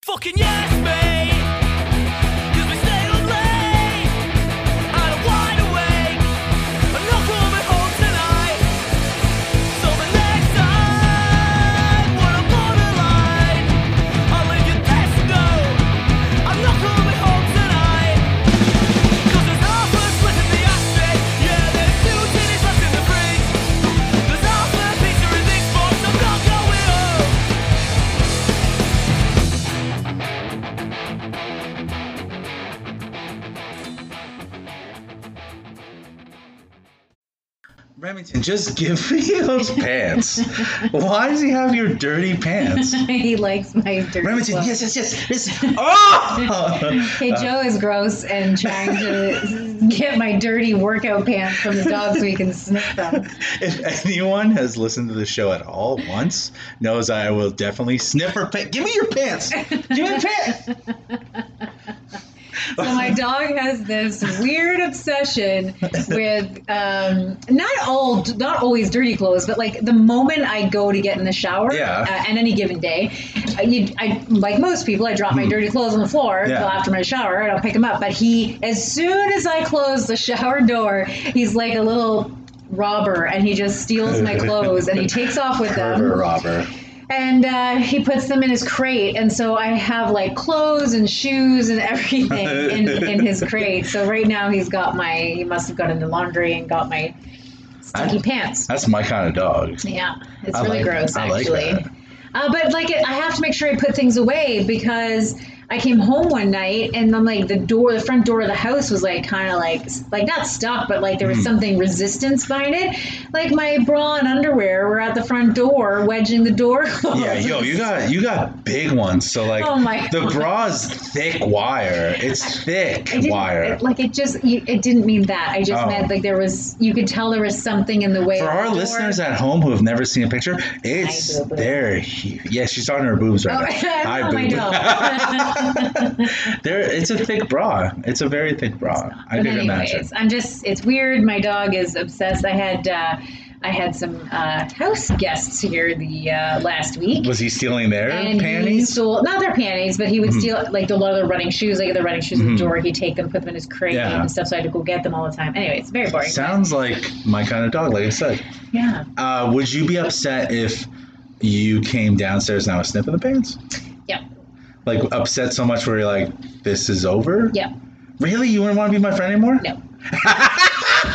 fucking yes, mate. 'Cause we stay up late. And I'm wide awake. I'm not coming home tonight. So the next time, when I'm borderline, I'll leave you best know. I'm not coming home tonight. 'Cause there's half a split in the ashtray. Yeah, there's two tinnies left in the fridge. There's half a pizza in this box. I'm not going home. Remington, just give me those pants. Why does he have your dirty pants? he likes my dirty Remington, clothes. yes, yes, yes, yes. Oh! Hey, Joe is gross and trying to get my dirty workout pants from the dog so he can sniff them. if anyone has listened to the show at all once, knows I will definitely sniff her pants. Give me your pants. Give me your pants. So my dog has this weird obsession with um, not all, not always dirty clothes, but like the moment I go to get in the shower, Yeah. uh, and any given day, I, you- I like most people, I drop my dirty clothes on the floor Hmm. Yeah. till after my shower, and I'll pick them up. But he, as soon as I close the shower door, he's like a little robber, and he just steals my clothes and he takes off with Pervert them robber. and uh, he puts them in his crate and so i have like clothes and shoes and everything in, in his crate so right now he's got my he must have gotten the laundry and got my stinky I- pants That's my kind of dog. yeah it's I really like gross that. I like actually that. uh, but like it, i have to make sure i put things away because i came home one night and then like the door the front door of the house was like kind of like like not stuck but like there Mm. was something resistance behind it like my bra and underwear were at the front door wedging the door Yeah, yo, you got you got big ones. So like, Oh my the God. bra's thick wire. It's thick I didn't- wire. it- like it just, you, it didn't mean that. I just Oh. meant like there was, you could tell there was something in the way. For of our the door. listeners at home who have never seen a picture, it's boo-boo. they're huge. Yeah, she's on her boobs Oh, right now. I Hi, know, I boo-boo. know. There, it's a thick bra. It's a very thick bra. I But could anyways, imagine. I'm just, it's weird. My dog is obsessed. I had, uh, I had some uh, house guests here the uh, last week. Was he stealing their and he panties? Mm-hmm. stole not their panties, but he would steal like a lot of their running shoes. Like their running shoes in Mhm. the door, he'd take them, put them in his crate Yeah. and stuff. So I had to go get them all the time. Anyway, it's very boring. Sounds like my kind of dog. Like I said, yeah, uh, would you be upset if you came downstairs and I was sniffing the pants? yeah, Like upset so much where you're like, this is over? yeah. Really? You wouldn't want to be my friend anymore?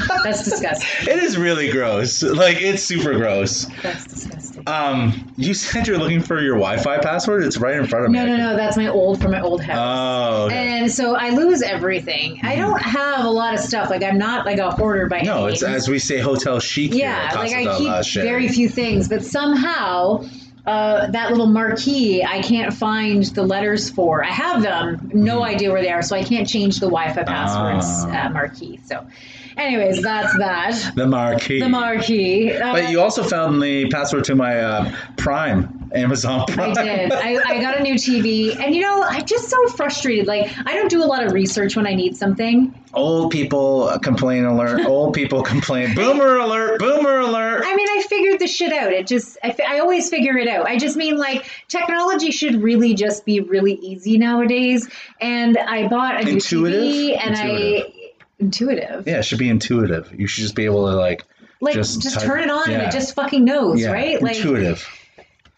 No, that's disgusting. It is really gross. Like it's super gross. That's disgusting. Um, you said you're looking for your Wi-Fi password. It's right in front of me. No, no, no. That's my old from my old house. Oh. okay. and so I lose everything. I don't have a lot of stuff. Like I'm not like a hoarder by any Mm-hmm. No, it's means. as we say, hotel chic. here yeah. at Like Casa del I Lache. keep very few things, but somehow. Uh, that little marquee, I can't find the letters for. I have them, no idea where they are, so I can't change the Wi-Fi passwords Hmm. Ah. uh, marquee. So, anyways, that's that. The marquee. The marquee. Uh, But you also found the password to my uh, Prime, Amazon I Prime. did. I, I got a new TV, and you know, I'm just so frustrated. Like, I don't do a lot of research when I need something. Old people complain alert. Old people complain. Boomer alert. Boomer alert. I mean, I figured the shit out. It just, I, fi- I always figure it out. I just mean, like, technology should really just be really easy nowadays. And I bought a new Intuitive? TV, and Intuitive. I. Intuitive. Yeah, it should be intuitive. You should just be able to like. Like, Just just, type- turn it on and yeah. it just fucking knows, Yeah, right? Like, intuitive.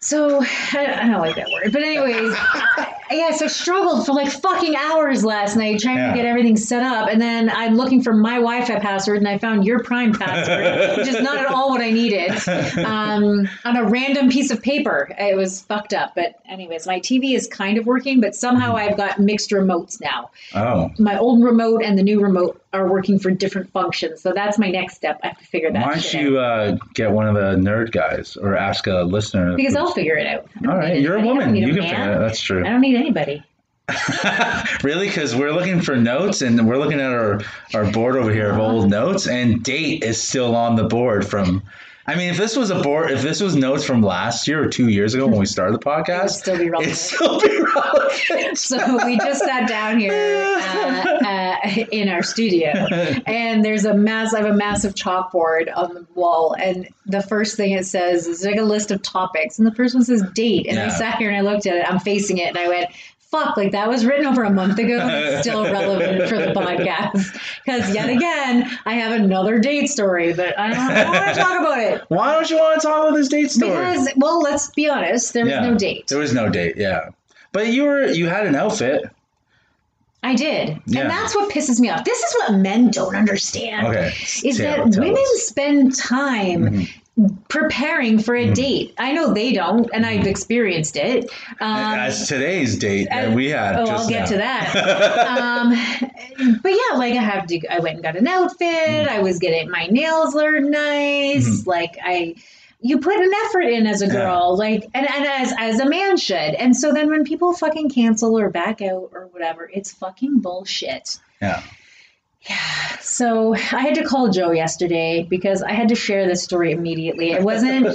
So I I don't like that word, but anyways, I, yes, I struggled for like fucking hours last night trying Yeah. to get everything set up, and then I'm looking for my Wi-Fi password, and I found your Prime password, which is not at all what I needed, um, on a random piece of paper. It was fucked up, but anyways, my TV is kind of working, but somehow Mm-hmm. I've got mixed remotes now. Oh. My old remote and the new remote are working for different functions, so that's my next step. I have to figure that. Why don't shit out. you uh, get one of the nerd guys or ask a listener? Because I'll figure it out. I don't All right, need you're a anybody. I don't woman. need You a can man. figure it. out. That's true. I don't need anybody. really, because we're looking for notes, and we're looking at our our board over here of Uh-huh. old notes, and date is still on the board from. I mean, if this was a board, if this was notes from last year or two years ago when we started the It would podcast, still be relevant. it'd still be relevant. So we just sat down here uh, uh, in our studio, and there's a mass. I have a massive chalkboard on the wall, and the first thing it says is like a list of topics, and the first one says date, and I Yeah. sat here and I looked at it. I'm facing it, and I went. fuck, like that was written over a month ago and it's still relevant for the podcast. Because yet again, I have another date story, but I don't, I don't want to talk about it. Why don't you want to talk about this date story? Because, well, let's be honest, there was Yeah. no date. There was no date. Yeah, but you were you had an outfit. I did. Yeah. And that's what pisses me off. This is what men don't understand. Okay, Is Tell- that tell women us. Mm-hmm. spend time preparing for a date? I know they don't, and I've experienced it. Um, Mm-hmm. As today's date that uh, we had. oh, just I'll get now. to that. um, but yeah, like I have to. I went and got an outfit. Mm. I was getting my nails are nice. Like I, you put an effort in as a Mm-hmm. Yeah. girl, like and, and as as a man should. And so then when people fucking cancel or back out or whatever, it's fucking bullshit. Yeah. So I had to call Joe yesterday because I had to share this story immediately. It wasn't.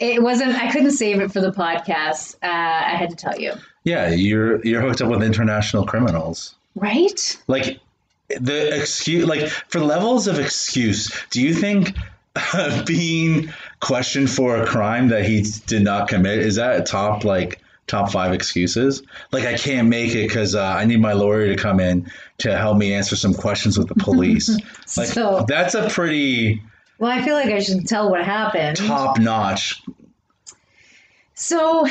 it wasn't. I couldn't save it for the podcast. Uh, I had to tell you, Yeah, you're you're hooked up with international criminals. right? Like the excuse, like for levels of excuse. Do you think being questioned for a crime that he did not commit is that top like top five excuses? Like I can't make it because uh, I need my lawyer to come in to help me answer some questions with the police. like So- that's a pretty Well, I feel like I should tell what happened. top notch. So,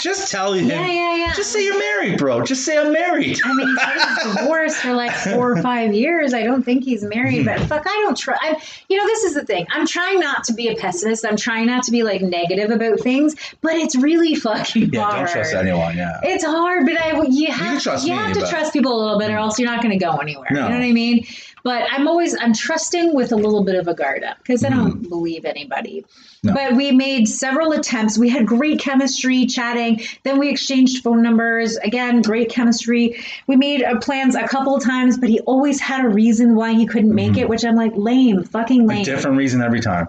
Just tell him. yeah, yeah, yeah. Just say you're married, bro. Just say I'm married. I mean, he was divorced for like four or five years. I don't think he's married, but fuck, I don't try. I, you know, this is the thing. I'm trying not to be a pessimist. I'm trying not to be like negative about things, but it's really fucking Yeah, hard. don't trust anyone. Yeah. It's hard, but I you have can trust you me, have to but- Mm. trust people a little bit, or else you're not going to go anywhere. No. You know what I mean? But I'm always I'm trusting with a little bit of a guard up because I don't believe anybody. Mm. No. But we made several attempts. We had great chemistry chatting. Then we exchanged phone numbers. Again, great chemistry. We made uh, plans a couple times, but he always had a reason why he couldn't make it, which I'm like lame, fucking lame. A Mm-hmm. different reason every time.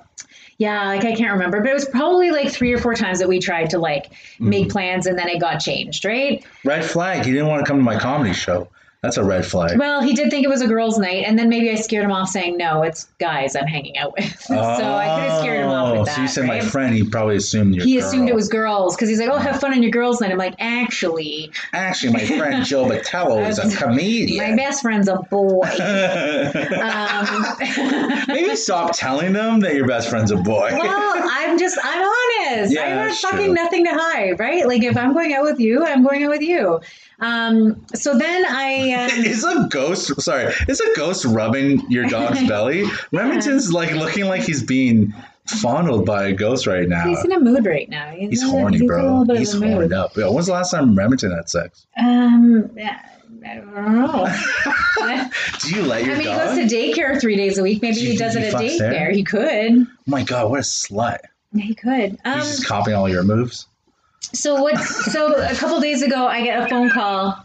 Yeah, like I can't remember, but it was probably like three or four times that we tried to like Mm. make plans and then it got changed, right? Red flag. He didn't want to come to my comedy show. That's a red flag. Well, he did think it was a girls' night, and then maybe I scared him off saying, "No, it's guys I'm hanging out with." so I could have scared him off Oh, with that. So you said right? my friend. He probably assumed you. He assumed it was girls because he's like, "Oh, have fun on your girls' night." I'm like, "Actually, actually my friend Joe Batello is a my comedian. best friend's a boy." um, Maybe stop telling them that your best friend's a boy. well, I'm just, I'm honest. Yeah, I have that's fucking true. nothing to hide, right? Like if I'm going out with you, I'm going out with you. Um, so then I. Um, Is a ghost sorry, is a ghost rubbing your dog's belly? Remington's like looking like he's being fondled by a ghost right now. uh, He's in a mood right now. He's in a- horny, he's in a bro. little bit of He's a mood. horned up. Yo, when's the last time Remington had sex? Um, yeah, I don't know. I Do you let your mean, he dog? goes to daycare three days a week. Maybe Do you he does it think at he fucks there? daycare. He could. oh my god, what a slut! He could. Um, He's just copying all your moves. so what? So a couple days ago, I get a phone call.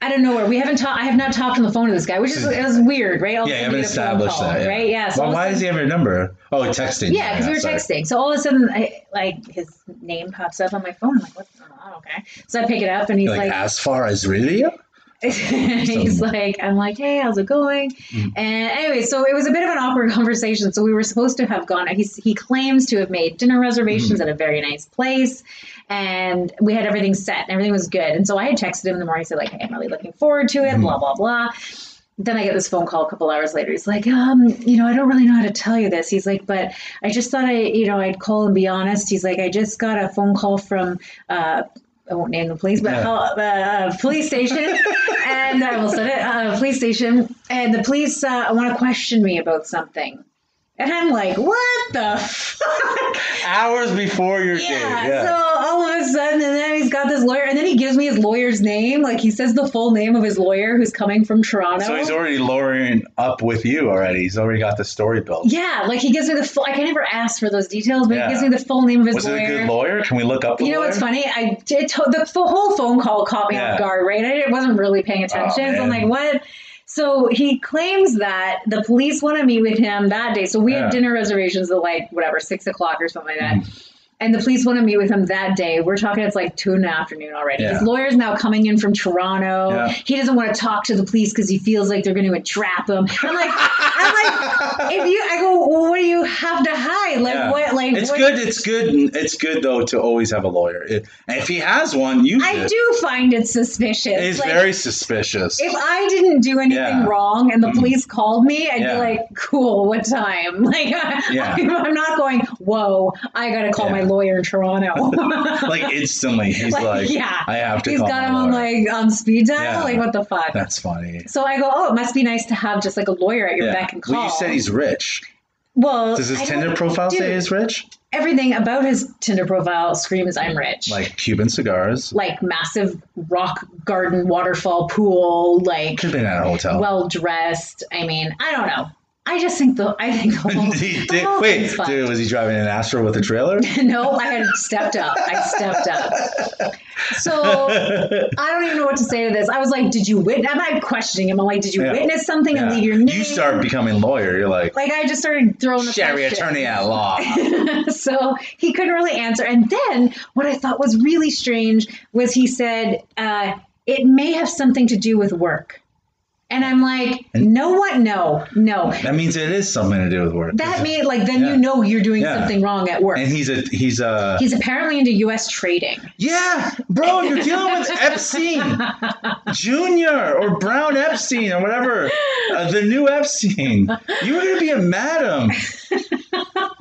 I don't know where. We haven't talked. I have not talked on the phone to this guy, which is it was weird, right? All of a Yeah, you haven't sudden we get oh, a phone established call, that, yeah. right? Yeah. so Well, all of a why does sudden- he have your number? Oh, texting. Yeah, because we were sorry. texting. So all of a sudden, I, like his name pops up on my phone. I'm like, what's going on? Okay. So I pick it up, and he's Like, like, as far as really? he's like, I'm like, hey, how's it going? And anyway, so it was a bit of an awkward conversation. So we were supposed to have gone. He's, he claims to have made dinner reservations at a very nice place, and we had everything set and everything was good. And so I had texted him in the morning, said like, hey, I'm really looking forward to it. Blah blah blah. Then I get this phone call a couple hours later. He's like, um, you know, I don't really know how to tell you this. He's like, but I just thought I, you know, I'd call and be honest. He's like, I just got a phone call from, uh, I won't name the police, but Yeah. uh, uh, police station, and I will say it, uh, police station, and the police uh, want to question me about something, and I'm like, what the fuck? Hours before your Yeah, date. Yeah. So all of a sudden, and then he's got this lawyer, and then he gives me his lawyer's name. Like he says the full name of his lawyer who's coming from Toronto. So he's already lowering up with you already. He's already got the story built. yeah, like he gives me the full. I can never ask for those details, but Yeah. he gives me the full name of his Was lawyer. it a good lawyer? Can we look up? The You know lawyer? what's funny? I did to- the f- whole phone call caught me Yeah. Oh, off guard, right? I didn't- wasn't really paying attention. so I'm man. like, what? So he claims that the police want to meet with him that day. So we Yeah. Mm-hmm. had dinner reservations at like whatever six o'clock or something like that. And the police want to meet with him that day. We're talking, it's like two in the afternoon already. Yeah. His lawyer's now coming in from Toronto. Yeah. He doesn't want to talk to the police because he feels like they're going to entrap him. I'm like, I'm like, if you, I go, well, what do you have to hide? Like, Yeah. what, like, it's what- good. It's good. It's good though to always have a lawyer. It, and if he has one, use I it. do find it suspicious. It's Like, very suspicious. if I didn't do anything Yeah. Mm-hmm. wrong and the police called me, I'd Yeah. be like, cool, what time? Like, Yeah. I'm not going, whoa, I got to call my Yeah. lawyer in Toronto. like instantly, he's Like, like, yeah. I have to. He's call got my him on lawyer." like on speed dial. Yeah. Like, what the fuck? That's funny. so I go, oh, it must be nice to have just like a lawyer at your Yeah. back and call. Well, you said he's rich. well, Does his I Tinder don't- profile dude, say he's rich? Everything about his Tinder profile screams, "I'm rich." Like Cuban cigars. like massive rock garden waterfall pool, like Could have been at a hotel. well dressed. I mean, I don't know. I just think the I think the whole, He the did- whole wait, thing's fucked. dude, was he driving an Astro with a trailer? no, I had stepped up. I stepped up. So I don't even know what to say to this. I was like, "Did you witness?" I'm not questioning him. I'm like, "Did you Yeah. witness something Yeah. and leave your name?" You start becoming lawyer. You're like, like I just started throwing the Sherry, question. attorney at law. so he couldn't really answer. And then what I thought was really strange was he said, uh, it may have something to do with work. And I'm like, no, what? No, no. That means it is something to do with work. That means like, then Yeah. you know you're doing Yeah. something wrong at work. and he's a he's a He's apparently into U.S. trading. Yeah, bro, you're dealing with Epstein Junior or Brown Epstein or whatever, uh, the new Epstein. You were gonna be a madam.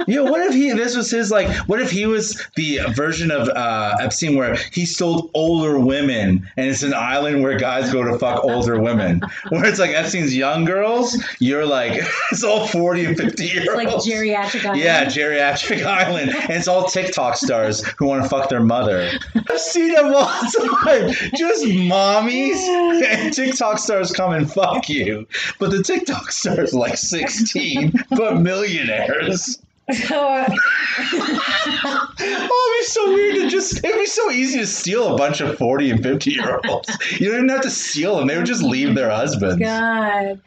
Yeah, what if he? This was his like. What if he was the version of uh, Epstein where he sold older women, and it's an island where guys go to fuck older women, where it's like Epstein's young girls. You're like it's all forty and fifty year It's like olds. geriatric. Island. Yeah, geriatric island, and it's all TikTok stars who want to fuck their mother. I've seen them all the time. Just mommies and TikTok stars come and fuck you, but the TikTok stars are like sixteen, but millionaires. So Oh, it'd be so weird to just. It'd be so easy to steal a bunch of forty and fifty year olds. You don't even have to steal them; they would just leave their husbands. God.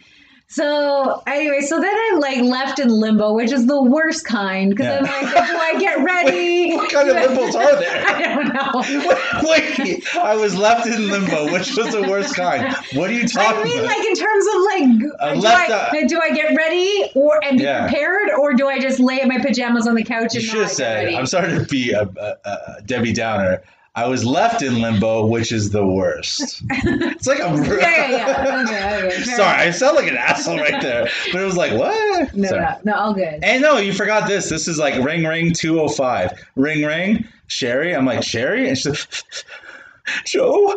So anyway, so then I'm like left in limbo, which is the worst kind because Yeah. I'm like, do I get ready? What kind of liberals are there? I don't know. Wait, I was left in limbo, which was the worst kind. What are you talking I mean, about? like in terms of I'm like, do left I, out. do I get ready or and be Yeah. prepared, or do I just lay in my pajamas on the couch you and not should have get said, ready? I'm sorry to be a, a, a Debbie Downer. I was left in limbo, which is the worst. It's like a. Yeah, yeah, yeah. Okay, okay. fair sorry, enough. I sound like an asshole right there. But it was like, what? No, Sorry. no, no, all good. And no, you forgot this. This is like ring ring 205. Ring ring, Sherry. I'm like, Sherry? And she's like, Joe,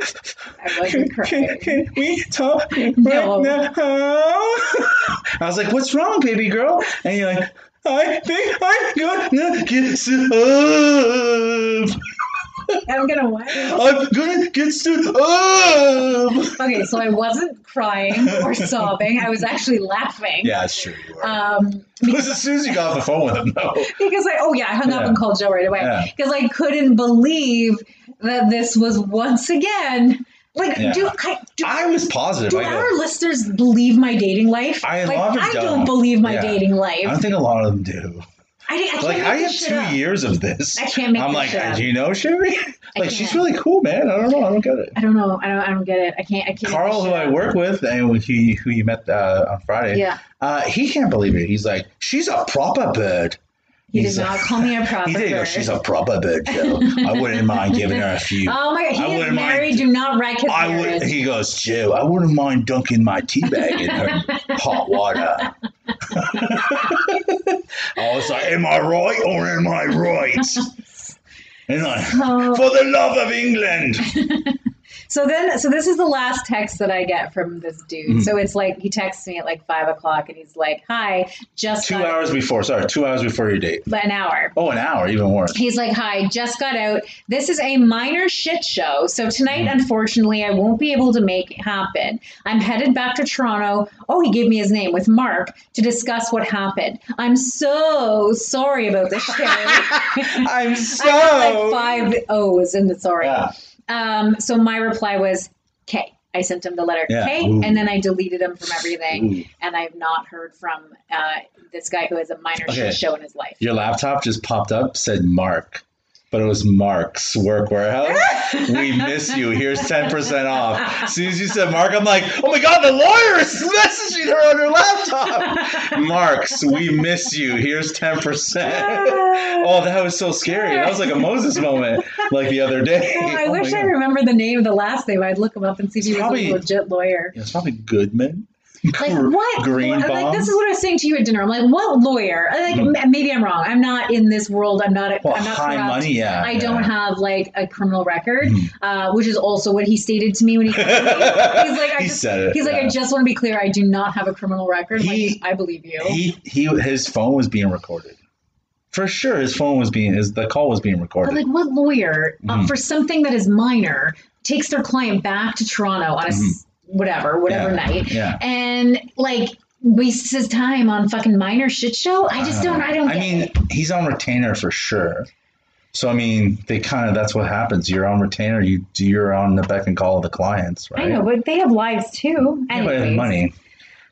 I wasn't can, crying. can we talk right No. now? I was like, what's wrong, baby girl? And you're like, I think I'm gonna get stood up. I'm gonna what? I'm gonna get stood up. Okay, so I wasn't crying or sobbing. I was actually laughing. Yeah, that's true. You were. Um, it was as soon as you got off the phone with him, though. because I oh yeah, I hung up Yeah. and called Joe right away Yeah. because I couldn't believe that this was once again like Yeah. do I do, I was positive. do I go, our listeners believe my dating life? I- a like, lot of them I don't don't. believe my Yeah. dating I life. don't think a lot of them do. I, think- I can't Like make I this have shit two up. years of this. I can't make I'm this like, shit up. do you know Sherry? I like she's can't. really cool, man. I don't know. I don't get it. I don't know. I don't. I don't get it. I can't. I can't. make Carl, this who shit I up. work with and who who you met uh, on Friday, Yeah, uh, he can't believe it. He's like, she's a proper bird. he He's did a- not call me a proper. He did go, bird. she's a proper bird, Joe. I wouldn't mind giving her a few. Oh my! I He is wouldn't mind- married. Do not wreck his I would. marriage. He goes, Joe. I wouldn't mind dunking my tea bag in her hot water. I was like, am I right or am I right? And I, Oh. for the love of England. So then, so this is the last text that I get from this dude. Mhm. So it's like he texts me at like five o'clock, and he's like, "Hi, just Two got hours before. Sorry, two hours before your date. an hour." Oh, an hour, even worse. He's like, "Hi, just got out. This is a minor shit show. So tonight, Mm-hmm. unfortunately, I won't be able to make it happen. I'm headed back to Toronto. Oh, he gave me his name with Mark to discuss what happened. I'm so sorry about this shit. I'm so. like five O's in the sorry. Yeah. Um, so my reply was K. I sent him the letter Yeah. K, Ooh. and then I deleted him from everything. Ooh. And I've not heard from uh, this guy who has a minor Okay. shit show in his life. Your laptop just popped up, said Mark. but it was Mark's Work Warehouse. we miss you. Here's 10% off. As soon as you said Mark, I'm like, oh my God, the lawyer is messaging her on her laptop. Mark's, we miss you. Here's 10%. Ah, oh, that was so scary. That was like a Moses moment, like the other day. Oh, I Oh my wish I God. remembered the name of the last name. I'd look him up and see if he was Probably- a legit lawyer. Yeah, it's probably Goodman. Like what? Green I'm bomb. Like this is what I was saying to you at dinner. I'm like, what lawyer? I'm Like Mhm. m- maybe I'm wrong. I'm not in this world. I'm not. A, well, I'm not high corrupt. money. Yeah, I yeah. don't have like a criminal record, Mhm. uh, which is also what he stated to me when he. He's like, I He just, said it, He's like, yeah. I just want to be clear. I do not have a criminal record. I'm He- like, I believe you. He he. His phone was being recorded. For sure, his phone was being his. The call was being but recorded. like, what lawyer uh, Mhm. for something that is minor takes their client back to Toronto on a s- Mhm. whatever, whatever Yeah. night, yeah. and like wastes his time on fucking minor shit show? I just don't. I don't. Uh, I get mean, it. he's on retainer for sure. So I mean, they kind of that's what happens. You're on retainer. You you're on the beck and call of the clients, right? I know, but they have lives too. Yeah, but Anyways. money.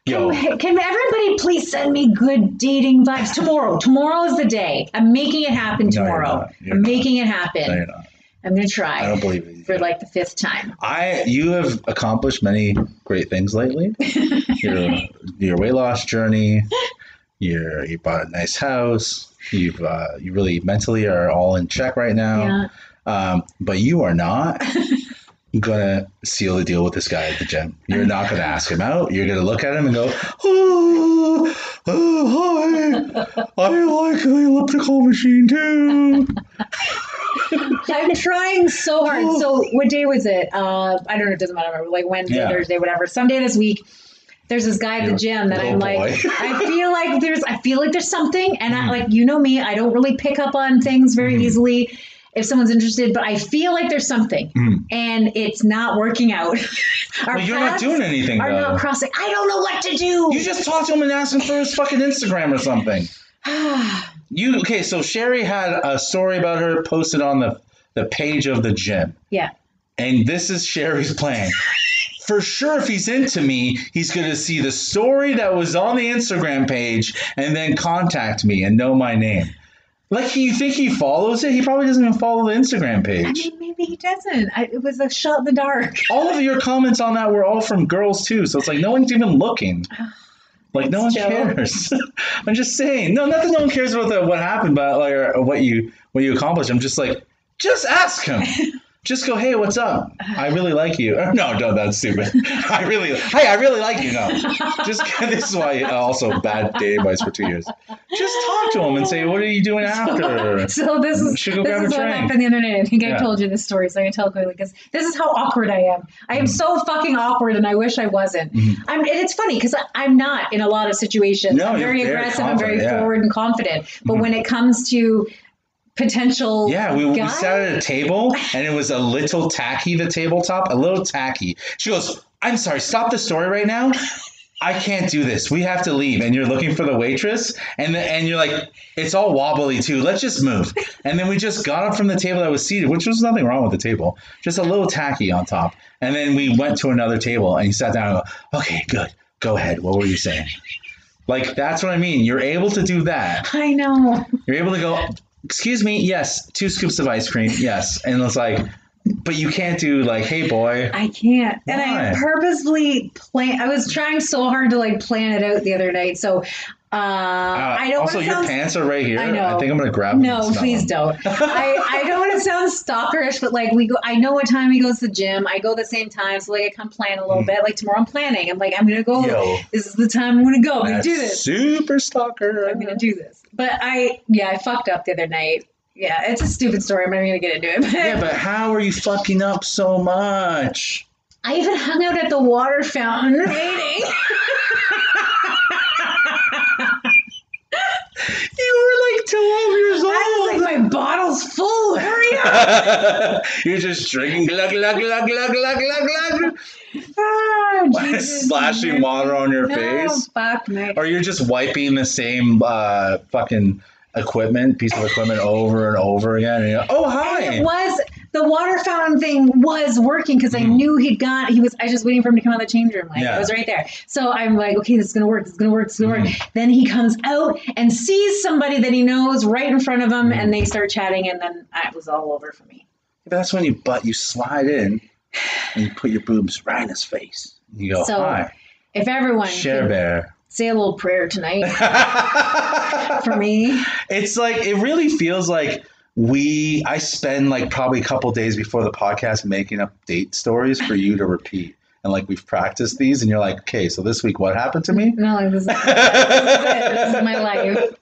Yo, Can, can everybody please send me good dating vibes tomorrow? Tomorrow is the day. I'm making it happen No, you're tomorrow. not. You're I'm not. making it no, happen. you're not. I'm gonna I don't try believe it. for like the fifth time. I you have accomplished many great things lately. your your weight loss journey. Your you bought a nice house. You've uh, you really mentally are all in check right now. Yeah. Um, but you are not gonna seal the deal with this guy at the gym. You're not gonna ask him out. You're gonna look at him and go, oh, oh hi, I like the elliptical machine too. I'm trying so hard. So what day was it? Uh, I don't know. It doesn't matter. remember, Like Wednesday, Yeah. Thursday, whatever. Someday this week, there's this guy at the You're gym that little I'm like, boy. I feel like there's, I feel like there's something, and I Mhm. like, you know me, I don't really pick up on things very Mhm. easily. If someone's interested, but I feel like there's something, Mhm. and it's not working out. Our But you're not paths doing anything Are though. not crossing. I don't know what to do. You just talked to him and asked him for his fucking Instagram or something. You okay? So Sherry had a story about her posted on the the page of the gym, yeah. and this is Sherry's plan. For sure, if he's into me, he's going to see the story that was on the Instagram page and then contact me and know my name. Like, you think he follows it? He probably doesn't even follow the Instagram I page. mean, maybe he doesn't. I, it was a shot in the dark. All of your comments on that were all from girls, too. So it's like no one's even looking. Like no one Thanks, Joe. cares. I'm just saying. No, not that no one cares about the, what happened, but like or, or what you what you accomplished. I'm just like, just ask him. just go, hey, what's up? I really like you. Or, no, no, that's stupid. I really, hey, I really like you. No, just this is why uh, also bad dating advice for two years. Just talk to him and say, what are you doing after? So this is Should go this grab is a what drink. happened the other night. I think Yeah. I told you this story, so I can tell quickly because this is how awkward I am. I Mm-hmm. am so fucking awkward, and I wish I wasn't. I'm, and it's funny because I'm not in a lot of situations. No, I'm you're very very aggressive. I'm very confident, yeah. Mm-hmm. forward and confident. But when it comes to potential, Yeah, we, we guy- sat at a table and it was a little tacky, the tabletop, a little tacky. She goes, I'm sorry, stop the story right now. I can't do this. We have to leave. And you're looking for the waitress, and the, and you're like, it's all wobbly too. Let's just move. And then we just got up from the table that was seated, which was nothing wrong with the table, just a little tacky on top. And then we went to another table, and he sat down and go, okay, good, go ahead. What were you saying? Like that's what I mean. You're able to do that. I know. You're able to go, excuse me, yes, two scoops of ice cream, yes. And it's like, but you can't do like, hey boy. I can't. And I Why? purposely plan. I was trying so hard to like plan it out the other night. So uh, Uh, I don't. also, wanna your sound pants are right here. I know. think I'm gonna grab them. and No, smell please them. don't. I, I don't want to sound stalkerish, but like we go, I know what time he goes to the gym. I go the same time, so like I come plan a little Mm. bit. Like tomorrow, I'm planning. I'm like, I'm gonna go. Yo. This is the time I'm gonna go. I'm gonna do That's this. Super stalker. I'm gonna do this. But I, yeah, I fucked up the other night. Yeah, it's a stupid story. I'm not even gonna get into it. But yeah, but how are you fucking up so much? I even hung out at the water fountain waiting. You were like 12 years I was like, my bottle's full. Hurry up. You're just drinking glug glug glug glug glug glug Ah, glug, Jesus, slashing man. water on your No, face. Fuck me. or you're just wiping the same uh, fucking equipment, piece of equipment over and over again. And you're, oh And hi! it was the water fountain thing was working because I knew he'd got. He was. I was just waiting for him to come out of the change room. Like Mm-hmm. Yeah. I was right there. So I'm like, okay, this is gonna work. This is gonna work. This is gonna Mm-hmm. work. Then he comes out and sees somebody that he knows right in front of him, Mm-hmm. and they start chatting, and then uh, it was all over for me. That's when you butt you slide in and you put your boobs right in his face. You go, So- hi, If everyone share could bear. say a little prayer tonight for me, it's like it really feels like we I spend like probably a couple days before the podcast making up date stories for you to repeat. And like we've practiced these and you're like, okay, so this week what happened to me? no, like this is, this is my life.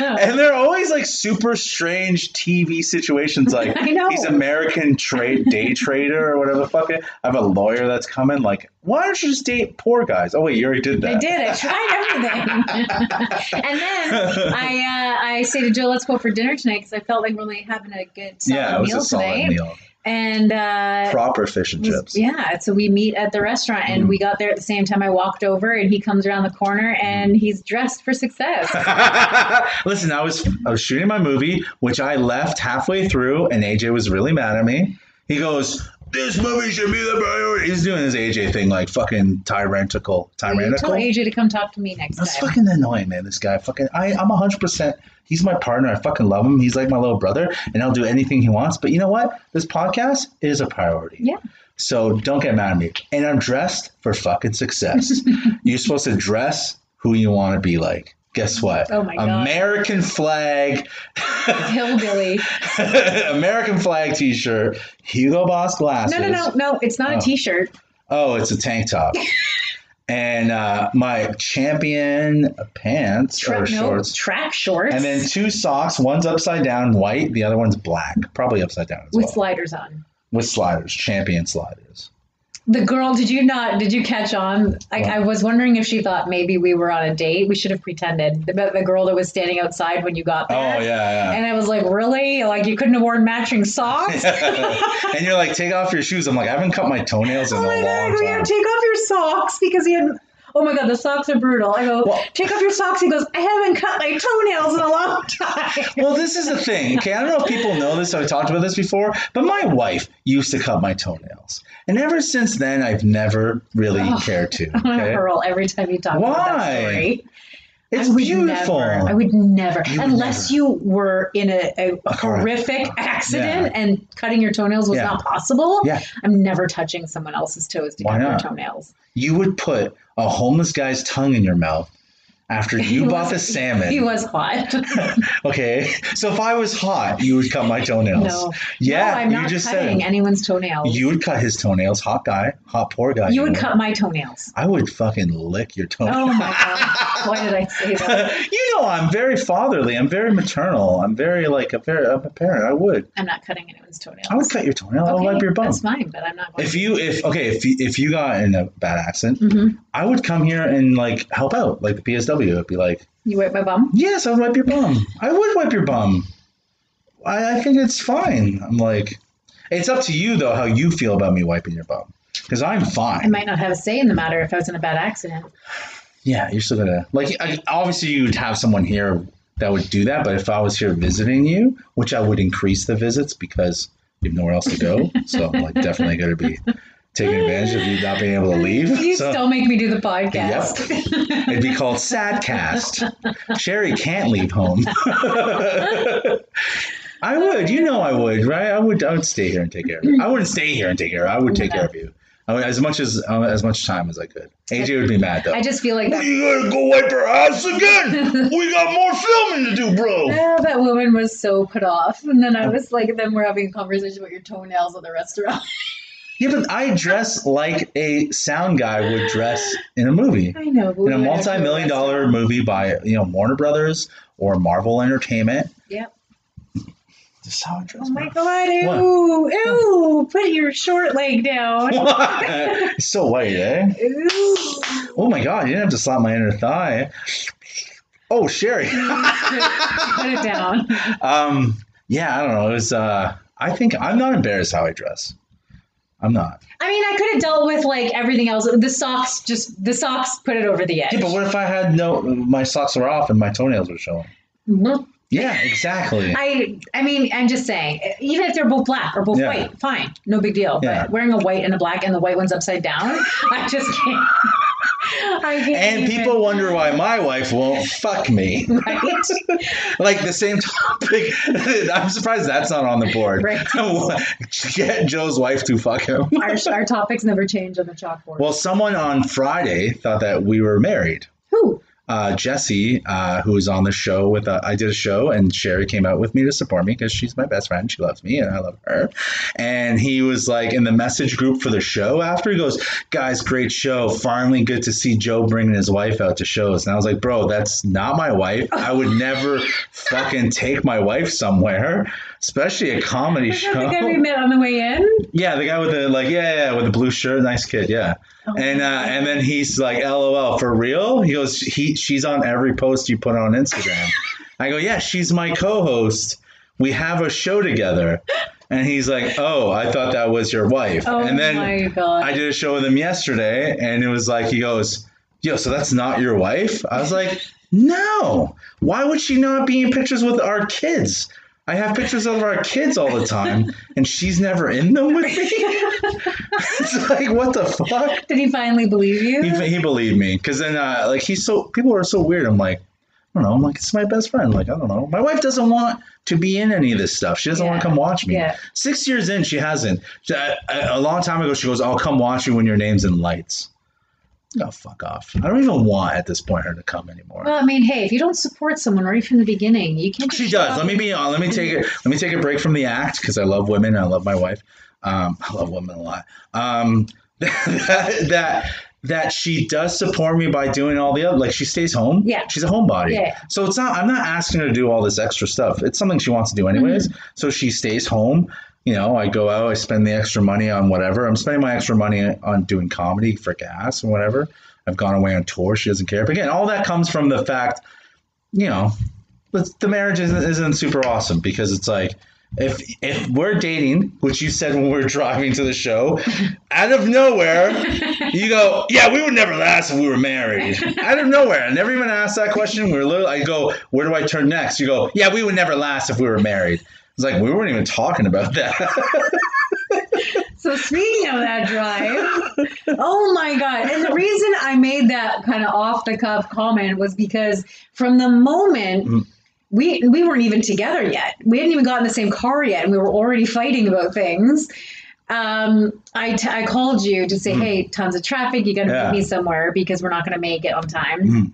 And they're always like super strange TV situations. Like I know. he's American trade day trader or whatever the fuck. it- I have a lawyer that's coming. Like, why don't you just date poor guys? Oh wait, you already did that. I did. I tried everything. and then I uh, I say to Joe, let's go for dinner tonight because I felt like really having a good solid Yeah, it was meal a solid tonight. meal. And uh, Proper fish and it was- chips. Mm. yeah, so we meet at the restaurant and we got there at the same time. I walked over and he comes around the corner and he's dressed for success. Listen, I was I was shooting my movie, which I left halfway through, and AJ was really mad at me. He goes, "This movie should be the priority." He's doing his AJ thing, like fucking tyrannical, You tyrannical. told AJ to come talk to me next That's time. fucking annoying, man. This guy, fucking, I, I'm hundred percent. He's my partner. I fucking love him. He's like my little brother, and I'll do anything he wants. But you know what? This podcast is a priority. Yeah. So don't get mad at me. And I'm dressed for fucking success. You're supposed to dress who you want to be like. Guess what? Oh my God. American flag, Hillbilly. American flag T-shirt, Hugo Boss glasses. No, no, no, no. It's not Oh. a T-shirt. Oh, it's a tank top. and uh, my champion pants Tra- or no, shorts. track shorts. And then two socks. One's upside down white, the other one's black. Probably upside down as with well. sliders on. with sliders, champion sliders. The girl, did you not? Did you catch on? I, What? I was wondering if she thought maybe we were on a date. We should have pretended. The, the girl that was standing outside when you got there. Oh, yeah, And I was like, really? Like you couldn't have worn matching socks? yeah. and you're like, take off your shoes. I'm like, I haven't cut my toenails in oh a my long god! We time. have take off your socks because he had. Oh my god, the socks are brutal. I go, Well- take off your socks. He goes, I haven't cut my toenails in a long time. well, this is the thing. Okay, I don't know if people know this. I've talked about this before, but my wife used to cut my toenails, and ever since then, I've never really cared to. I'm gonna Okay, hurl every time you talk about Why? that story. it's I would beautiful. Never, I would never, You would unless you were in a, a, car horrific accident and cutting your toenails was Yeah. not possible. Yeah. I'm never touching someone else's toes to Why cut not? their toenails. you would put a homeless guy's tongue in your mouth after you He bought was- the salmon. He was hot. Okay, so if I was hot, you would cut my toenails. no. Yeah, no, I'm you not just cutting said anyone's it. toenails. you would cut his toenails. Hot guy, hot poor guy. You would know. cut my toenails. I would fucking lick your Oh toenails. my god! Why did I say that? you know, I'm very fatherly. I'm very maternal. I'm very like a very I'm a parent. I would. I'm not cutting anyone's toenails. I would cut your toenail. I'll Okay, wipe your bum. That's fine, but I'm not. Going If you if okay if you, if you got in a bad accident, Mhm. I would come here and like help out like the PSW. I'd be like, you wipe my bum. yes, I'll wipe your bum. I would wipe your bum. I, I think it's fine. I'm like, it's up to you though how you feel about me wiping your bum because I'm fine. I might not have a say in the matter if I was in a bad accident. Yeah, you're still gonna like. I, obviously, you'd have someone here that would do that. But if I was here visiting you, which I would increase the visits because you have nowhere else to go, so I'm like definitely gonna be taking advantage of you not being able to leave. You so still make me do the podcast. it'd be called Sadcast. Sherry can't leave home. I would, you know, I would, right? I would, I would stay here and take care of you. I wouldn't stay here and take care. of you. I would take care of you. I would, as much as uh, as much time as I could. AJ would be mad though. I just feel like that. You gotta go wipe her ass again. we got more filming to do, bro. Oh, that woman was so put off. And then I was like, then we're having a conversation about your toenails at the restaurant. Yeah, but I dress like a sound guy would dress in a movie. I know. Oh but we In a went to multi-million dollar restaurant. movie by, you know, Warner Brothers or Marvel Entertainment. Yep. This is how I dress. Oh my bro. god! Ew! Ew! Put your short leg down. it's so white, eh? Ew. Oh my god, you didn't have to slap my inner thigh. Oh, Sherry. Put it down. um, yeah, I don't know. It was uh I think I'm not embarrassed how I dress. I'm not. I mean, I could have dealt with like everything else. The socks just the socks put it over the edge. Yeah, but what if I had no? My socks were off and my toenails were showing. Mhm. Yeah, exactly. I I mean, I'm just saying, even if they're both black or both Yeah. white, fine, no big deal. Yeah. But wearing a white and a black and the white one's upside down, I just can't. I can't and even- people wonder why my wife won't fuck me. right? Like the same topic. I'm surprised that's not on the board. Right. Get Joe's wife to fuck him. our, our topics never change on the chalkboard. Well, someone on Friday thought that we were married. Who? Uh, Jesse, uh, who was on the show with, uh, I did a show and Sherry came out with me to support me because she's my best friend. She loves me and I love her. And he was like in the message group for the show after he goes, guys, great show. Finally good to see Joe bringing his wife out to shows. And I was like, bro, that's not my wife. I would never fucking take my wife somewhere, especially a comedy Is that show. the guy we met on the way in? Yeah, the guy with the like, yeah, yeah, yeah, with the blue shirt, nice kid, yeah. Oh, and uh, and then he's like, LOL, for real? He goes, he she's on every post you put on Instagram. I go, yeah, she's my co-host. We have a show together. And he's like, oh, I thought that was your wife. Oh and then my god! I did a show with him yesterday, and it was like he goes, "Yo, so that's not your wife?" I was like, "No. Why would she not be in pictures with our kids? I have pictures of our kids all the time, and she's never in them with me." it's like, what the fuck? Did he finally believe you? He, he believed me because then, uh, like, he's so people are so weird. I'm like. I don't know. I'm like, it's my best friend. Like, I don't know. My wife doesn't want to be in any of this stuff. She doesn't want Yeah. to come watch me. Yeah. Six years in, she hasn't. She- I- I- A long time ago, she goes, I'll come watch you when your name's in lights. Oh, fuck off. I don't even want at this point her to come anymore. well, I mean, hey, if you don't support someone right from the beginning, you can't. she does. Let me be on. Let me take it. Let me take a break from the act because I love women. and I love my wife. Um, I love women a lot. Um, that, that that she does support me by doing all the other. Like she stays home. Yeah. she's a homebody. Yeah. So it's not. I'm not asking her to do all this extra stuff. It's something she wants to do anyways. So she stays home. You know, I go out. I spend the extra money on whatever. I'm spending my extra money on doing comedy for gas and whatever. I've gone away on tour. She doesn't care. But again, all that comes from the fact you know, let's- the marriage isn't, isn't super awesome because it's like if if we're dating, which you said when we were driving to the show, out of nowhere, you go, yeah, we would never last if we were married. Out of nowhere, I never even asked that question. We were literally, I go, where do I turn next? You go, yeah, we would never last if we were married. It's like we weren't even talking about that. So speaking of that drive, oh my god! And the reason I made that kind of off the cuff comment was because from the moment Mm. we we weren't even together yet, we hadn't even gotten the same car yet, and we were already fighting about things. Um, I, t- I called you to say, hey, tons of traffic. You got to Mm. Yeah. meet me somewhere because we're not going to make it on time. Mm.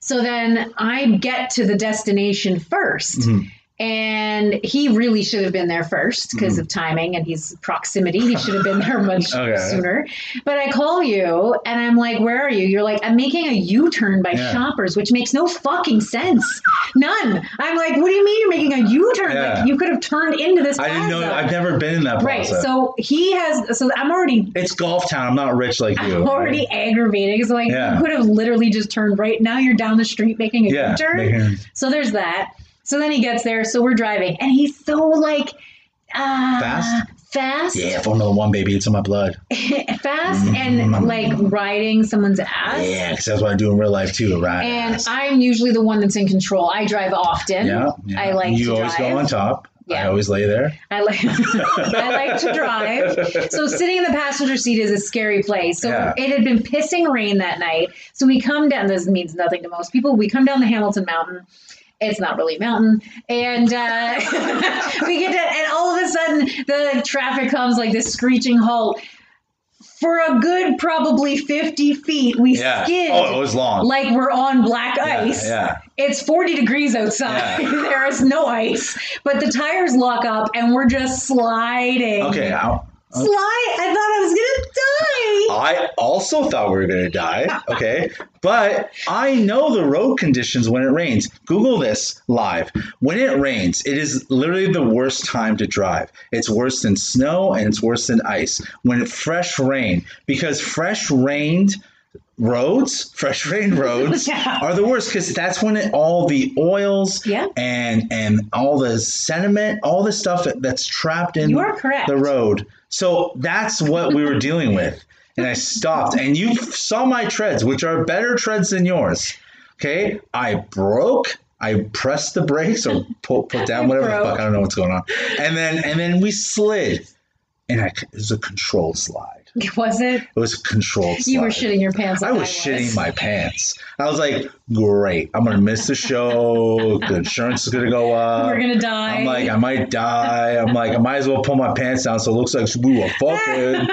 So then I get to the destination 1st Mhm. And he really should have been there first because of timing and his proximity. He should have been there much Hmm. Okay. sooner. But I call you and I'm like, Where are you? You're like, I'm making a U turn by Yeah. shoppers, which makes no fucking sense. None. I'm like, What do you mean you're making a U turn? Yeah. Like, you could have turned into this. I didn't know. plaza. I've never been in that Right. process. So he has, so I'm already it's golf town. I'm not rich like you. I'm already aggravating. It's like Yeah. you could have literally just turned right now. You're down the street making a Yeah. U-turn. making- So there's that. So then he gets there. So we're driving, and he's so like uh, Fast? fast, Yeah, Formula One, baby. It's in my blood. fast, and like riding someone's ass. Mm-hmm. Yeah, because that's what I do in real life too, right? And I'm usually the one that's in control. I drive often. yeah, yeah. I like you to always drive. go on top. I Yeah. always lay there. I like I like to drive. So sitting in the passenger seat is a scary place. So Yeah. it had been pissing rain that night. So we come down. This means nothing to most people. We come down the Hamilton Mountain. It's not really a mountain, and uh, we get to, and all of a sudden the traffic comes like this screeching halt. For a good probably fifty feet, we Yeah. skid Oh, it was long. like we're on black Yeah, ice. Yeah. It's 40 degrees outside. Yeah. there is no ice, but the tires lock up and we're just sliding. Okay. I, Slide. I thought I was going to die. I also thought we were gonna die. Okay, but I know the road conditions when it rains. Google this live. When it rains, it is literally the worst time to drive. It's worse than snow and it's worse than ice. When it fresh rain, because fresh rained roads, fresh rain roads Yeah. are the worst because that's when it, all the oils Yeah. and and all the sediment, all the stuff that- that's trapped in You are correct. the road. So that's what we were dealing with. And I stopped, and you saw my treads, which are better treads than yours. Okay, I broke I pressed the brakes or pull, put down whatever the Broke. fuck I don't know what's going on, and then and then we slid, and I, c- it was a controlled slide. Was it? It was a controlled slide. You were shitting your pants. I like was shitting my pants. I was like, "Great, I'm gonna miss the show. The insurance is gonna go up. We're gonna die. uh, I'm like, I might die. I'm like, I might as well pull my pants down so it looks like we were fucking.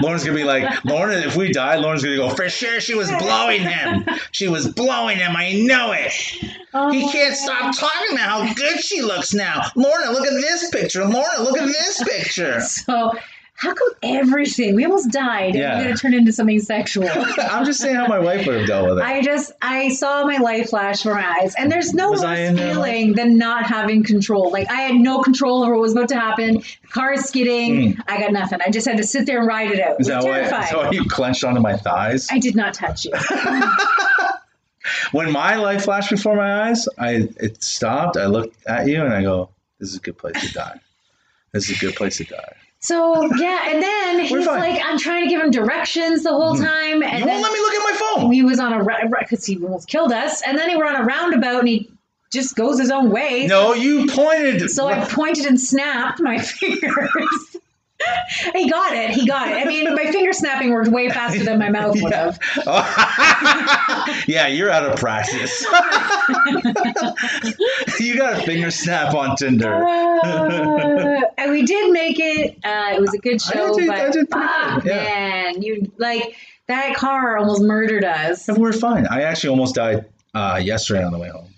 Lauren's gonna be like, Lauren, if we die, Lauren's gonna go, for sure she was blowing him. She was blowing him. I know it. Oh He my can't God. stop talking about how good she looks now. Lorna, look at this picture. Lorna, look at this picture. So how come everything? We almost died. Yeah. And we got to turn into something sexual. I'm just saying how my wife would have dealt with it. I just I saw my life flash from my eyes, and there's no Was I worse in there? feeling than not having control. Like I had no control over what was about to happen. The car is skidding. I got nothing. I just had to sit there and ride it out. It was Hmm. is that why, is terrifying. that why you clenched onto my thighs? I did not touch you. when my life flashed before my eyes, I it stopped. I looked at you and I go, "This is a good place to die. This is a good place to die." So yeah, and then We're he's fine. Hmm. like, I'm trying to give him directions the whole time, and you won't then let me look at my phone. he was on a because he almost killed us, and then he were on a roundabout, and he just goes his own way. no, you pointed. So I pointed and snapped my fingers. he got it. He got it. I mean, my finger snapping worked way faster than my mouth would Yeah. have. yeah, you're out of practice. you got a finger snap on Tinder. Uh, and we did make it. Uh, it was a good I show, did- but I did pretty fuck, good, yeah. man, you like that car almost murdered us. And we're fine. I actually almost died uh, yesterday on the way home.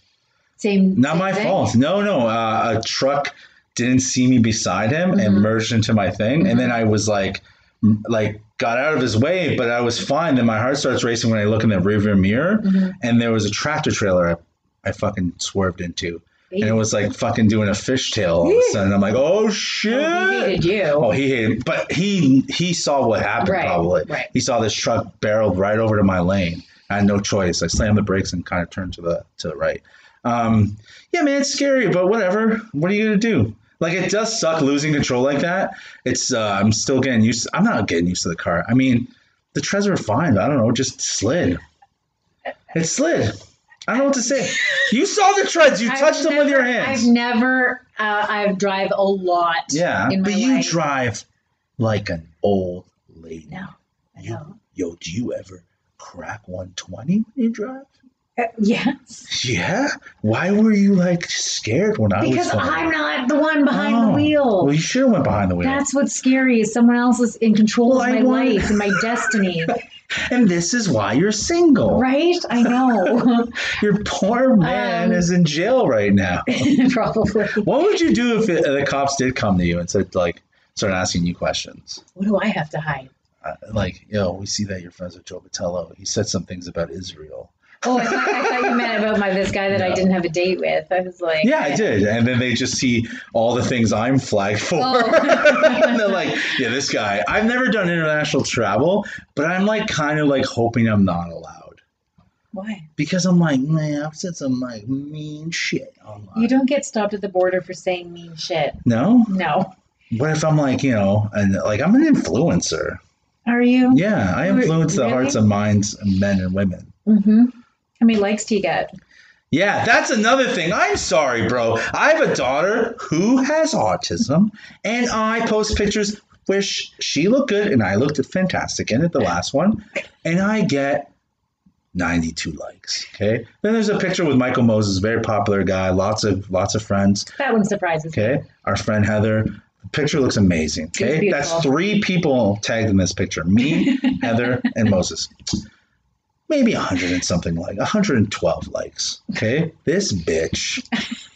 Same. Not same my thing. fault. No, no. Uh, a truck didn't see me beside him and Mm-hmm. merged into my thing, and then I was like, m- like got out of his way, but I was fine. Then my heart starts racing when I look in the rearview mirror, Mm-hmm. and there was a tractor trailer I, I fucking swerved into, and it was like fucking doing a fishtail all of a sudden. I'm like, oh shit. Oh, he hated you. Oh, he hated, but he he saw what happened. Right, probably right. he saw this truck barreled right over to my lane. I had no choice. I slammed the brakes and kind of turned to the to the right. Um, yeah, man, it's scary, but whatever. What are you gonna do? Like, it does suck losing control like that. It's uh, I'm still getting used. I'm not getting used to the car. I mean, the Trezor fine. I don't know. It just slid. It slid. I don't know what to say. You saw the treads. You I've touched them with your never- hands. I've never. Uh, I've drive a lot. Yeah, in my but you life. drive like an old lady. No, I You- know. Yo, do you ever crack 120 when you drive? Uh, yes. Yeah. Why were you like scared when I was? Because driving? I'm not the one behind the Oh. wheel. Well, you should have went behind the wheel. That's what's scary is someone else is in control Well, I of my want- life and my destiny. and this is why you're single. Right? I know. Your poor man Um, is in jail right now. Probably. what would you do if it, the cops did come to you and said like started asking you questions? What do I have to hide? Uh, like, yo, we see that you're friends with Joe Batello. He said some things about Israel. Oh, I thought, I thought you meant about my this guy that I No. didn't have a date with. I was like, Yeah, I did. And then they just see all the things I'm flagged for. Oh. and they're like, yeah, this guy. I've never done international travel, but I'm like kind of like hoping I'm not allowed. Why? Because I'm like, man, I've said some like mean shit online. You don't get stopped at the border for saying mean shit. no? No. What if I'm like, you know, and like I'm an influencer. Are you? Yeah, I Re- influence the really? hearts and minds of men and women. Mm-hmm. How many likes do you get? Yeah, that's another thing. I'm sorry, bro. I have a daughter who has autism, and I post pictures where sh- she looked good and I looked fantastic in it, the last one, and I get 92 likes. Okay. Then there's a picture with Michael Moses, very popular guy, lots of lots of friends. That one surprises me. Okay. Our friend Heather. The picture looks amazing. Okay. beautiful. That's three people tagged in this picture me, Heather, and Moses. Maybe 100 and something like 112 likes. Okay. This bitch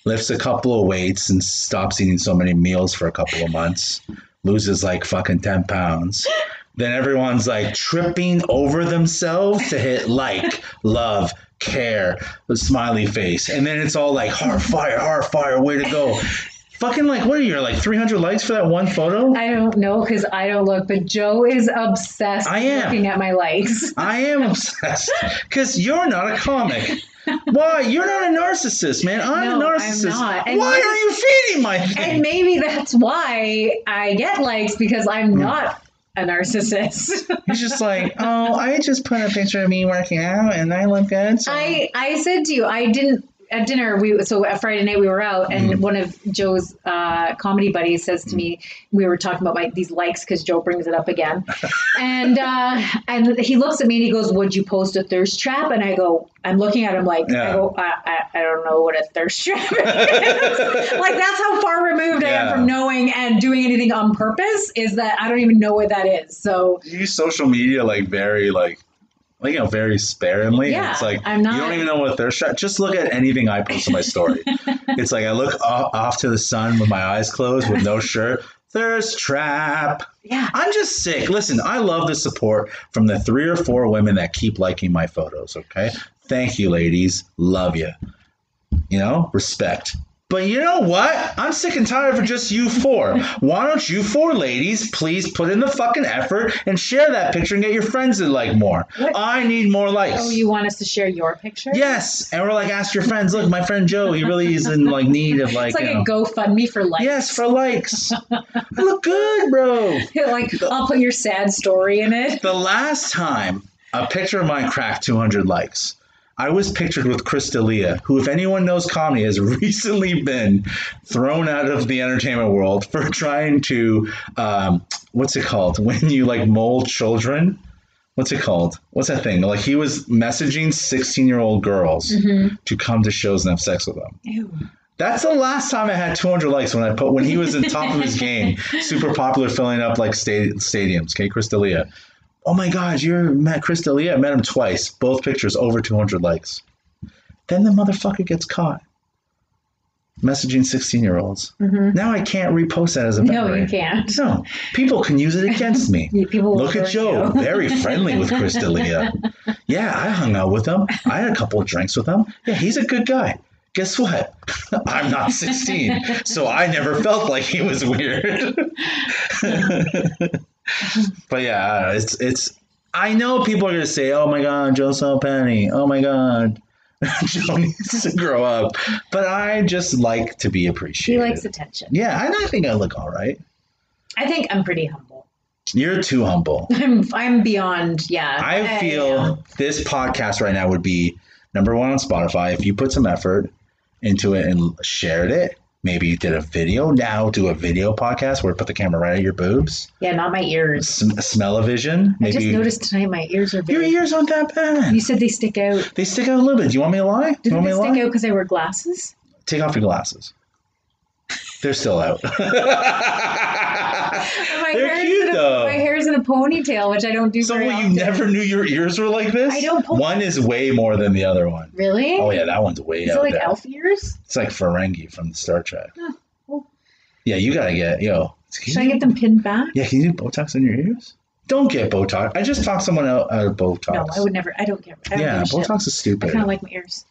lifts a couple of weights and stops eating so many meals for a couple of months, loses like fucking 10 pounds. Then everyone's like tripping over themselves to hit like, love, care, the smiley face. And then it's all like, hard fire, hard fire, way to go. Fucking like, what are you, like 300 likes for that one photo? I don't know because I don't look, but Joe is obsessed I am. looking at my likes. I am obsessed because you're not a comic. Why? You're not a narcissist, man. I'm a No, I'm narcissist. not. And Why you- are you feeding my thing? And maybe that's why I get likes because I'm not a narcissist. He's just like, oh, I just put a picture of me working out and I look good. So. I I said to you, I didn't at dinner we so at Friday night we were out and one of Joe's uh, comedy buddies says to me we were talking about my, these likes because Joe brings it up again and uh, and he looks at me and he goes would you post a thirst trap and I go I'm looking at him like I Yeah. go I, I, I don't know what a thirst trap is like that's how far removed I am Yeah. from knowing and doing anything on purpose is that I don't even know what that is so You use social media like very like like you know very sparingly. Yeah, it's like I'm not- you don't even know what they're shot. Just look at anything I post on my story. it's like I look off, off to the sun with my eyes closed with no shirt. Thirst trap. yeah I'm just sick. Listen, I love the support from the three or four women that keep liking my photos. Okay, thank you, ladies. Love you. You know, respect. But you know what? I'm sick and tired of just you four. Why don't you four ladies please put in the fucking effort and share that picture and get your friends to like more? What? I need more likes. oh you want us to share your picture yes, and we're like, ask your friends. Look, my friend Joe, he really is in like need of like. it's like you know, a GoFundMe for likes Yes, for likes. I look good, bro. like I'll put your sad story in it. The last time a picture of mine cracked 200 likes, I was pictured with Chris D'Elia, who, if anyone knows comedy, has recently been thrown out of the entertainment world for trying to, um, what's it called? When you like mold children? What's it called? What's that thing? Like he was messaging 16 year old girls to come to shows and have sex with them. That's the last time I had 200 likes when I put when he was in top of his game, super popular, filling up like sta- stadiums. Okay, Chris D'Elia. Oh my God, you're Matt Chris D'Elia. I met him twice. Both pictures over 200 likes. Then the motherfucker gets caught messaging 16 year olds. Now I can't repost that as a Mm-hmm. No, memory. you can't. No, people can use it against me. You- People will Look at hurt Joe, you. very friendly with Chris D'Elia. Yeah, I hung out with him. I had a couple of drinks with him. Yeah, he's a good guy. Guess what? I'm not 16, so I never felt like he was weird. but yeah, I don't know. it's it's. I know people are gonna say, "Oh my God, Joe Penny. Oh my God, Joe needs to grow up." But I just like to be He appreciated. likes attention. yeah, and I think I look all right. I think I'm pretty humble. You're too humble. I'm I'm beyond yeah. I am. feel this podcast right now would be number one on Spotify if you put some effort into it and shared it. Maybe you did a video. Now do a video podcast where put the camera right at your boobs. yeah, not my ears. Sm- smell a vision. I Maybe just you- noticed tonight my ears are your big. ears aren't that bad. You said they stick out. They stick out a little bit. Do you want me to lie? Do you Didn't want they me to stick lie? out because I wear glasses? Take off your glasses. They're still out. My They're hair's cute, in a, though. My hair's in a ponytail, which I don't do so very what, you often. never knew your ears were like this. I don't pull- One is way more than the other one. really? Oh yeah, that one's way Is out it like there. elf ears? It's like Ferengi from Star Trek. cool. Yeah, you gotta get yo. can Should I you- get them pinned back? Yeah, can you do Botox in your ears? Don't get Botox. I just talked someone out out of Botox. No, I would never. I don't care. I don't yeah, give a shit. Botox is I stupid. kind of like my ears.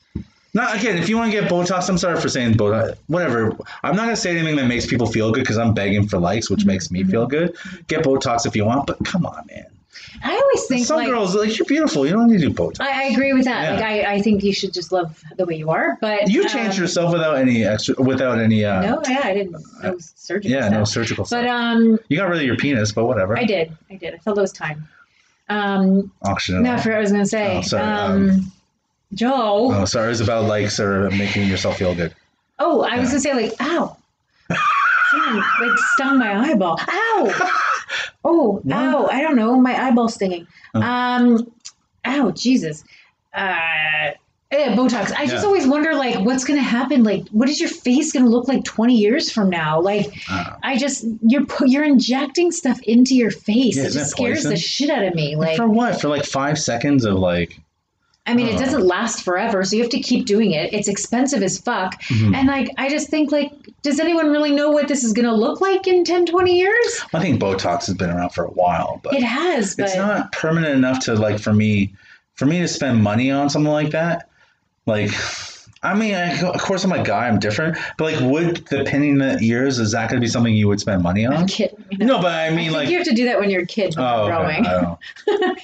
No, again, if you want to get Botox, I'm sorry for saying Botox. Whatever. I'm not gonna say anything that makes people feel good because I'm begging for likes, which makes Mm-hmm. me feel good. Get Botox if you want, but come on, man. I always think Some like, girls like you're beautiful. You don't need to do Botox. I, I agree with that. Yeah. Like, I, I think you should just love the way you are. But You changed um, yourself without any extra, without any. Uh, No, yeah, I didn't. No surgery. Yeah, stuff. no surgical stuff. But um, you got rid of your penis, but whatever. I did. I did. I felt it was time. Um, Auction it no, I off. forgot what I was gonna say. Oh, sorry, Um, Joe. Oh, Oh, sorry. It was about likes or making yourself feel good. I was gonna say like, ow. Someone, like stung my eyeball. Ow. Oh, ow. I don't know. My eyeball stinging. Oh. Um, ow, Jesus. Uh. eh, Botox. I just Yeah. always wonder, like, what's going to happen? Like, what is your face going to look like 20 years from now? Like, Uh, I just you're pu- you're injecting stuff into your face. Yeah, it isn't just that scares the poison? shit out of me. Like for what? For like five seconds of like. I mean, it Oh. doesn't last forever, so you have to keep doing it. It's expensive as fuck. Mm. mm-hmm. And like I just think like does anyone really know what this is going to look like in 10 20 years? I think Botox has been around for a while, but It has, but Uh, it's not permanent enough to like for me, for me to spend money on something like that. Like, I mean, I, of course I'm a guy, I'm different, but like, would the pinning the ears is that going to be something you would spend money I'm on? kidding. you know. No, but I I mean, think like, you have to do that when you're a kid when Oh, you're okay. growing. I don't.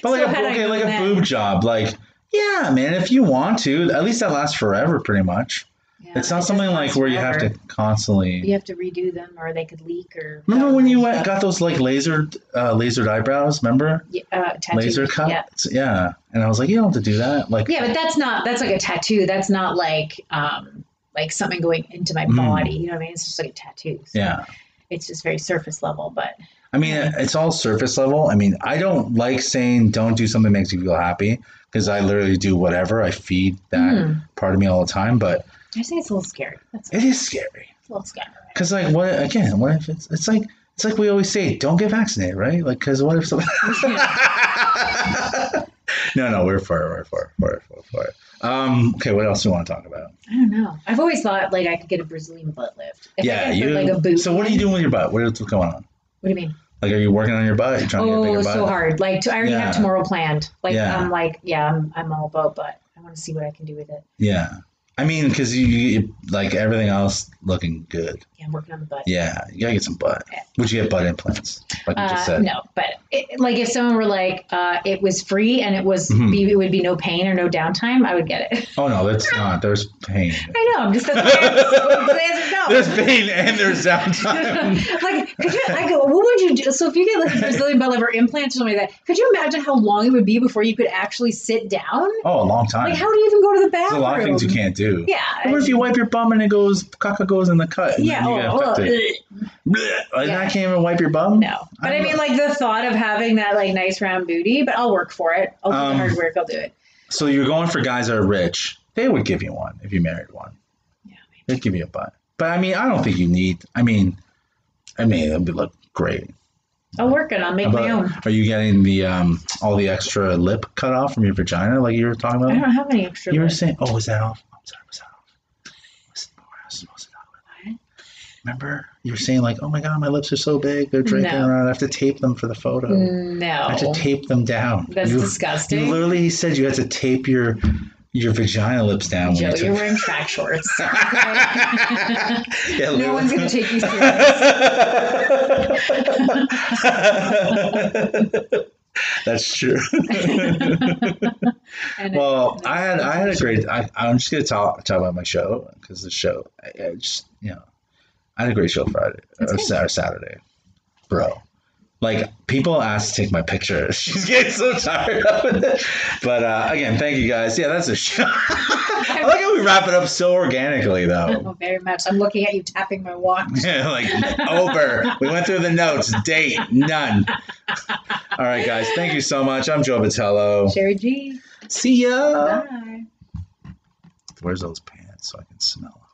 But like, So a, had I okay, like known a that- boob job, like yeah, man. If you want to, at least that lasts forever, pretty much. Yeah, It's not it something just like lasts where you have to forever. constantly. You have to redo them, or they could leak, or Remember when you went, got those like laser, uh, lasered eyebrows? Remember Yeah, uh, tattoo. laser Yeah. cuts? Yeah. And I was like, you don't have to do that. Like, yeah, but that's not that's like a tattoo. That's not like um like something going into my Mm. body. You know what I mean? It's just like a tattoo. So yeah. It's just very surface level, but I mean, it's all surface level. I mean, I don't like saying don't do something that makes you feel happy because I literally do whatever. I feed that Mm. part of me all the time, but I just think it's a little scary. That's it is scary. it's a little scary. Because like what again? What if it's it's like it's like we always say, don't get vaccinated, right? Like because what if something? no, no, we're for it, we're for it, we're for it, for it. Um, okay, what else do we want to talk about? I don't know. I've always thought like I could get a Brazilian butt lift. If I yeah, could put, you. like a boot. so what are you doing with your butt? What is what's going on? What do you mean? Like, are you working on your butt? you trying to get a Oh, bigger so butt? hard. Like t- I already Yeah. have tomorrow planned. Like Yeah. I'm like yeah, I'm I'm all about butt. I want to see what I can do with it. Yeah, I mean, because you, you like everything else looking good. Yeah, I'm working on the butt. Yeah, you gotta get some butt. Would you get butt implants? Like you just Uh, said. no, but it, like if someone were like, uh, it was free and it was Mhm. be, it would be no pain or no downtime, I would get it. Oh no, that's not. There's pain. I know. I'm just that's why I was- the answer's no. There's pain and there's downtime. like, could you? I go. What would you do? So if you get like a Brazilian butt lift or implants or something like that, could you imagine how long it would be before you could actually sit down? Oh, a long time. Like, how do you even go to the There's bathroom? a lot of things you can't do. Yeah. What if you wipe your bum and it goes caca goes in the cut? And yeah. then Oh, you get well, infected? ugh, Blech. And Yeah. I can't even wipe your bum. no. But I, I'm- mean, like the thought of having that like nice round booty. But I'll work for it. I'll do Um, the hard work. I'll do it. So you're going for guys that are rich. They would give you one if you married one. Yeah, They'd give you a butt. But I mean, I don't think you need. I mean, I mean, it'd be look great. I'll work it. I'll make my But own. are you getting the um all the extra lip cut off from your vagina like you were talking I about? don't have any extra. You were lip. saying, oh, was that off? I'm sorry, was that off? Was, what was I supposed to talk about? What? Remember, you were saying like, "Oh my God, my lips are so big; they're draping No. around. I have to tape them for the photo. I have to No. tape them down." That's you, disgusting. You literally said you had to tape your your vagina lips down. Joe, when you're you took- wearing track shorts. Yeah, no literally. one's gonna take you serious. That's true. And well, I had I had a great. I, I'm just gonna talk talk about my show because the show. I, I just you know, I had a great show Friday That's or, good. Sa- or Saturday, bro. Like people asked to take my picture. She's getting so tired of it. But uh, again, thank you guys. Yeah, that's a show. I like how we wrap it up so organically though. Oh, very much. I'm looking at you tapping my watch. Yeah, like over. We went through the notes. Date none. All right, guys. Thank you so much. I'm Joe Batello. Sherry G. See ya. Bye. Uh, Where's those pants so I can smell them?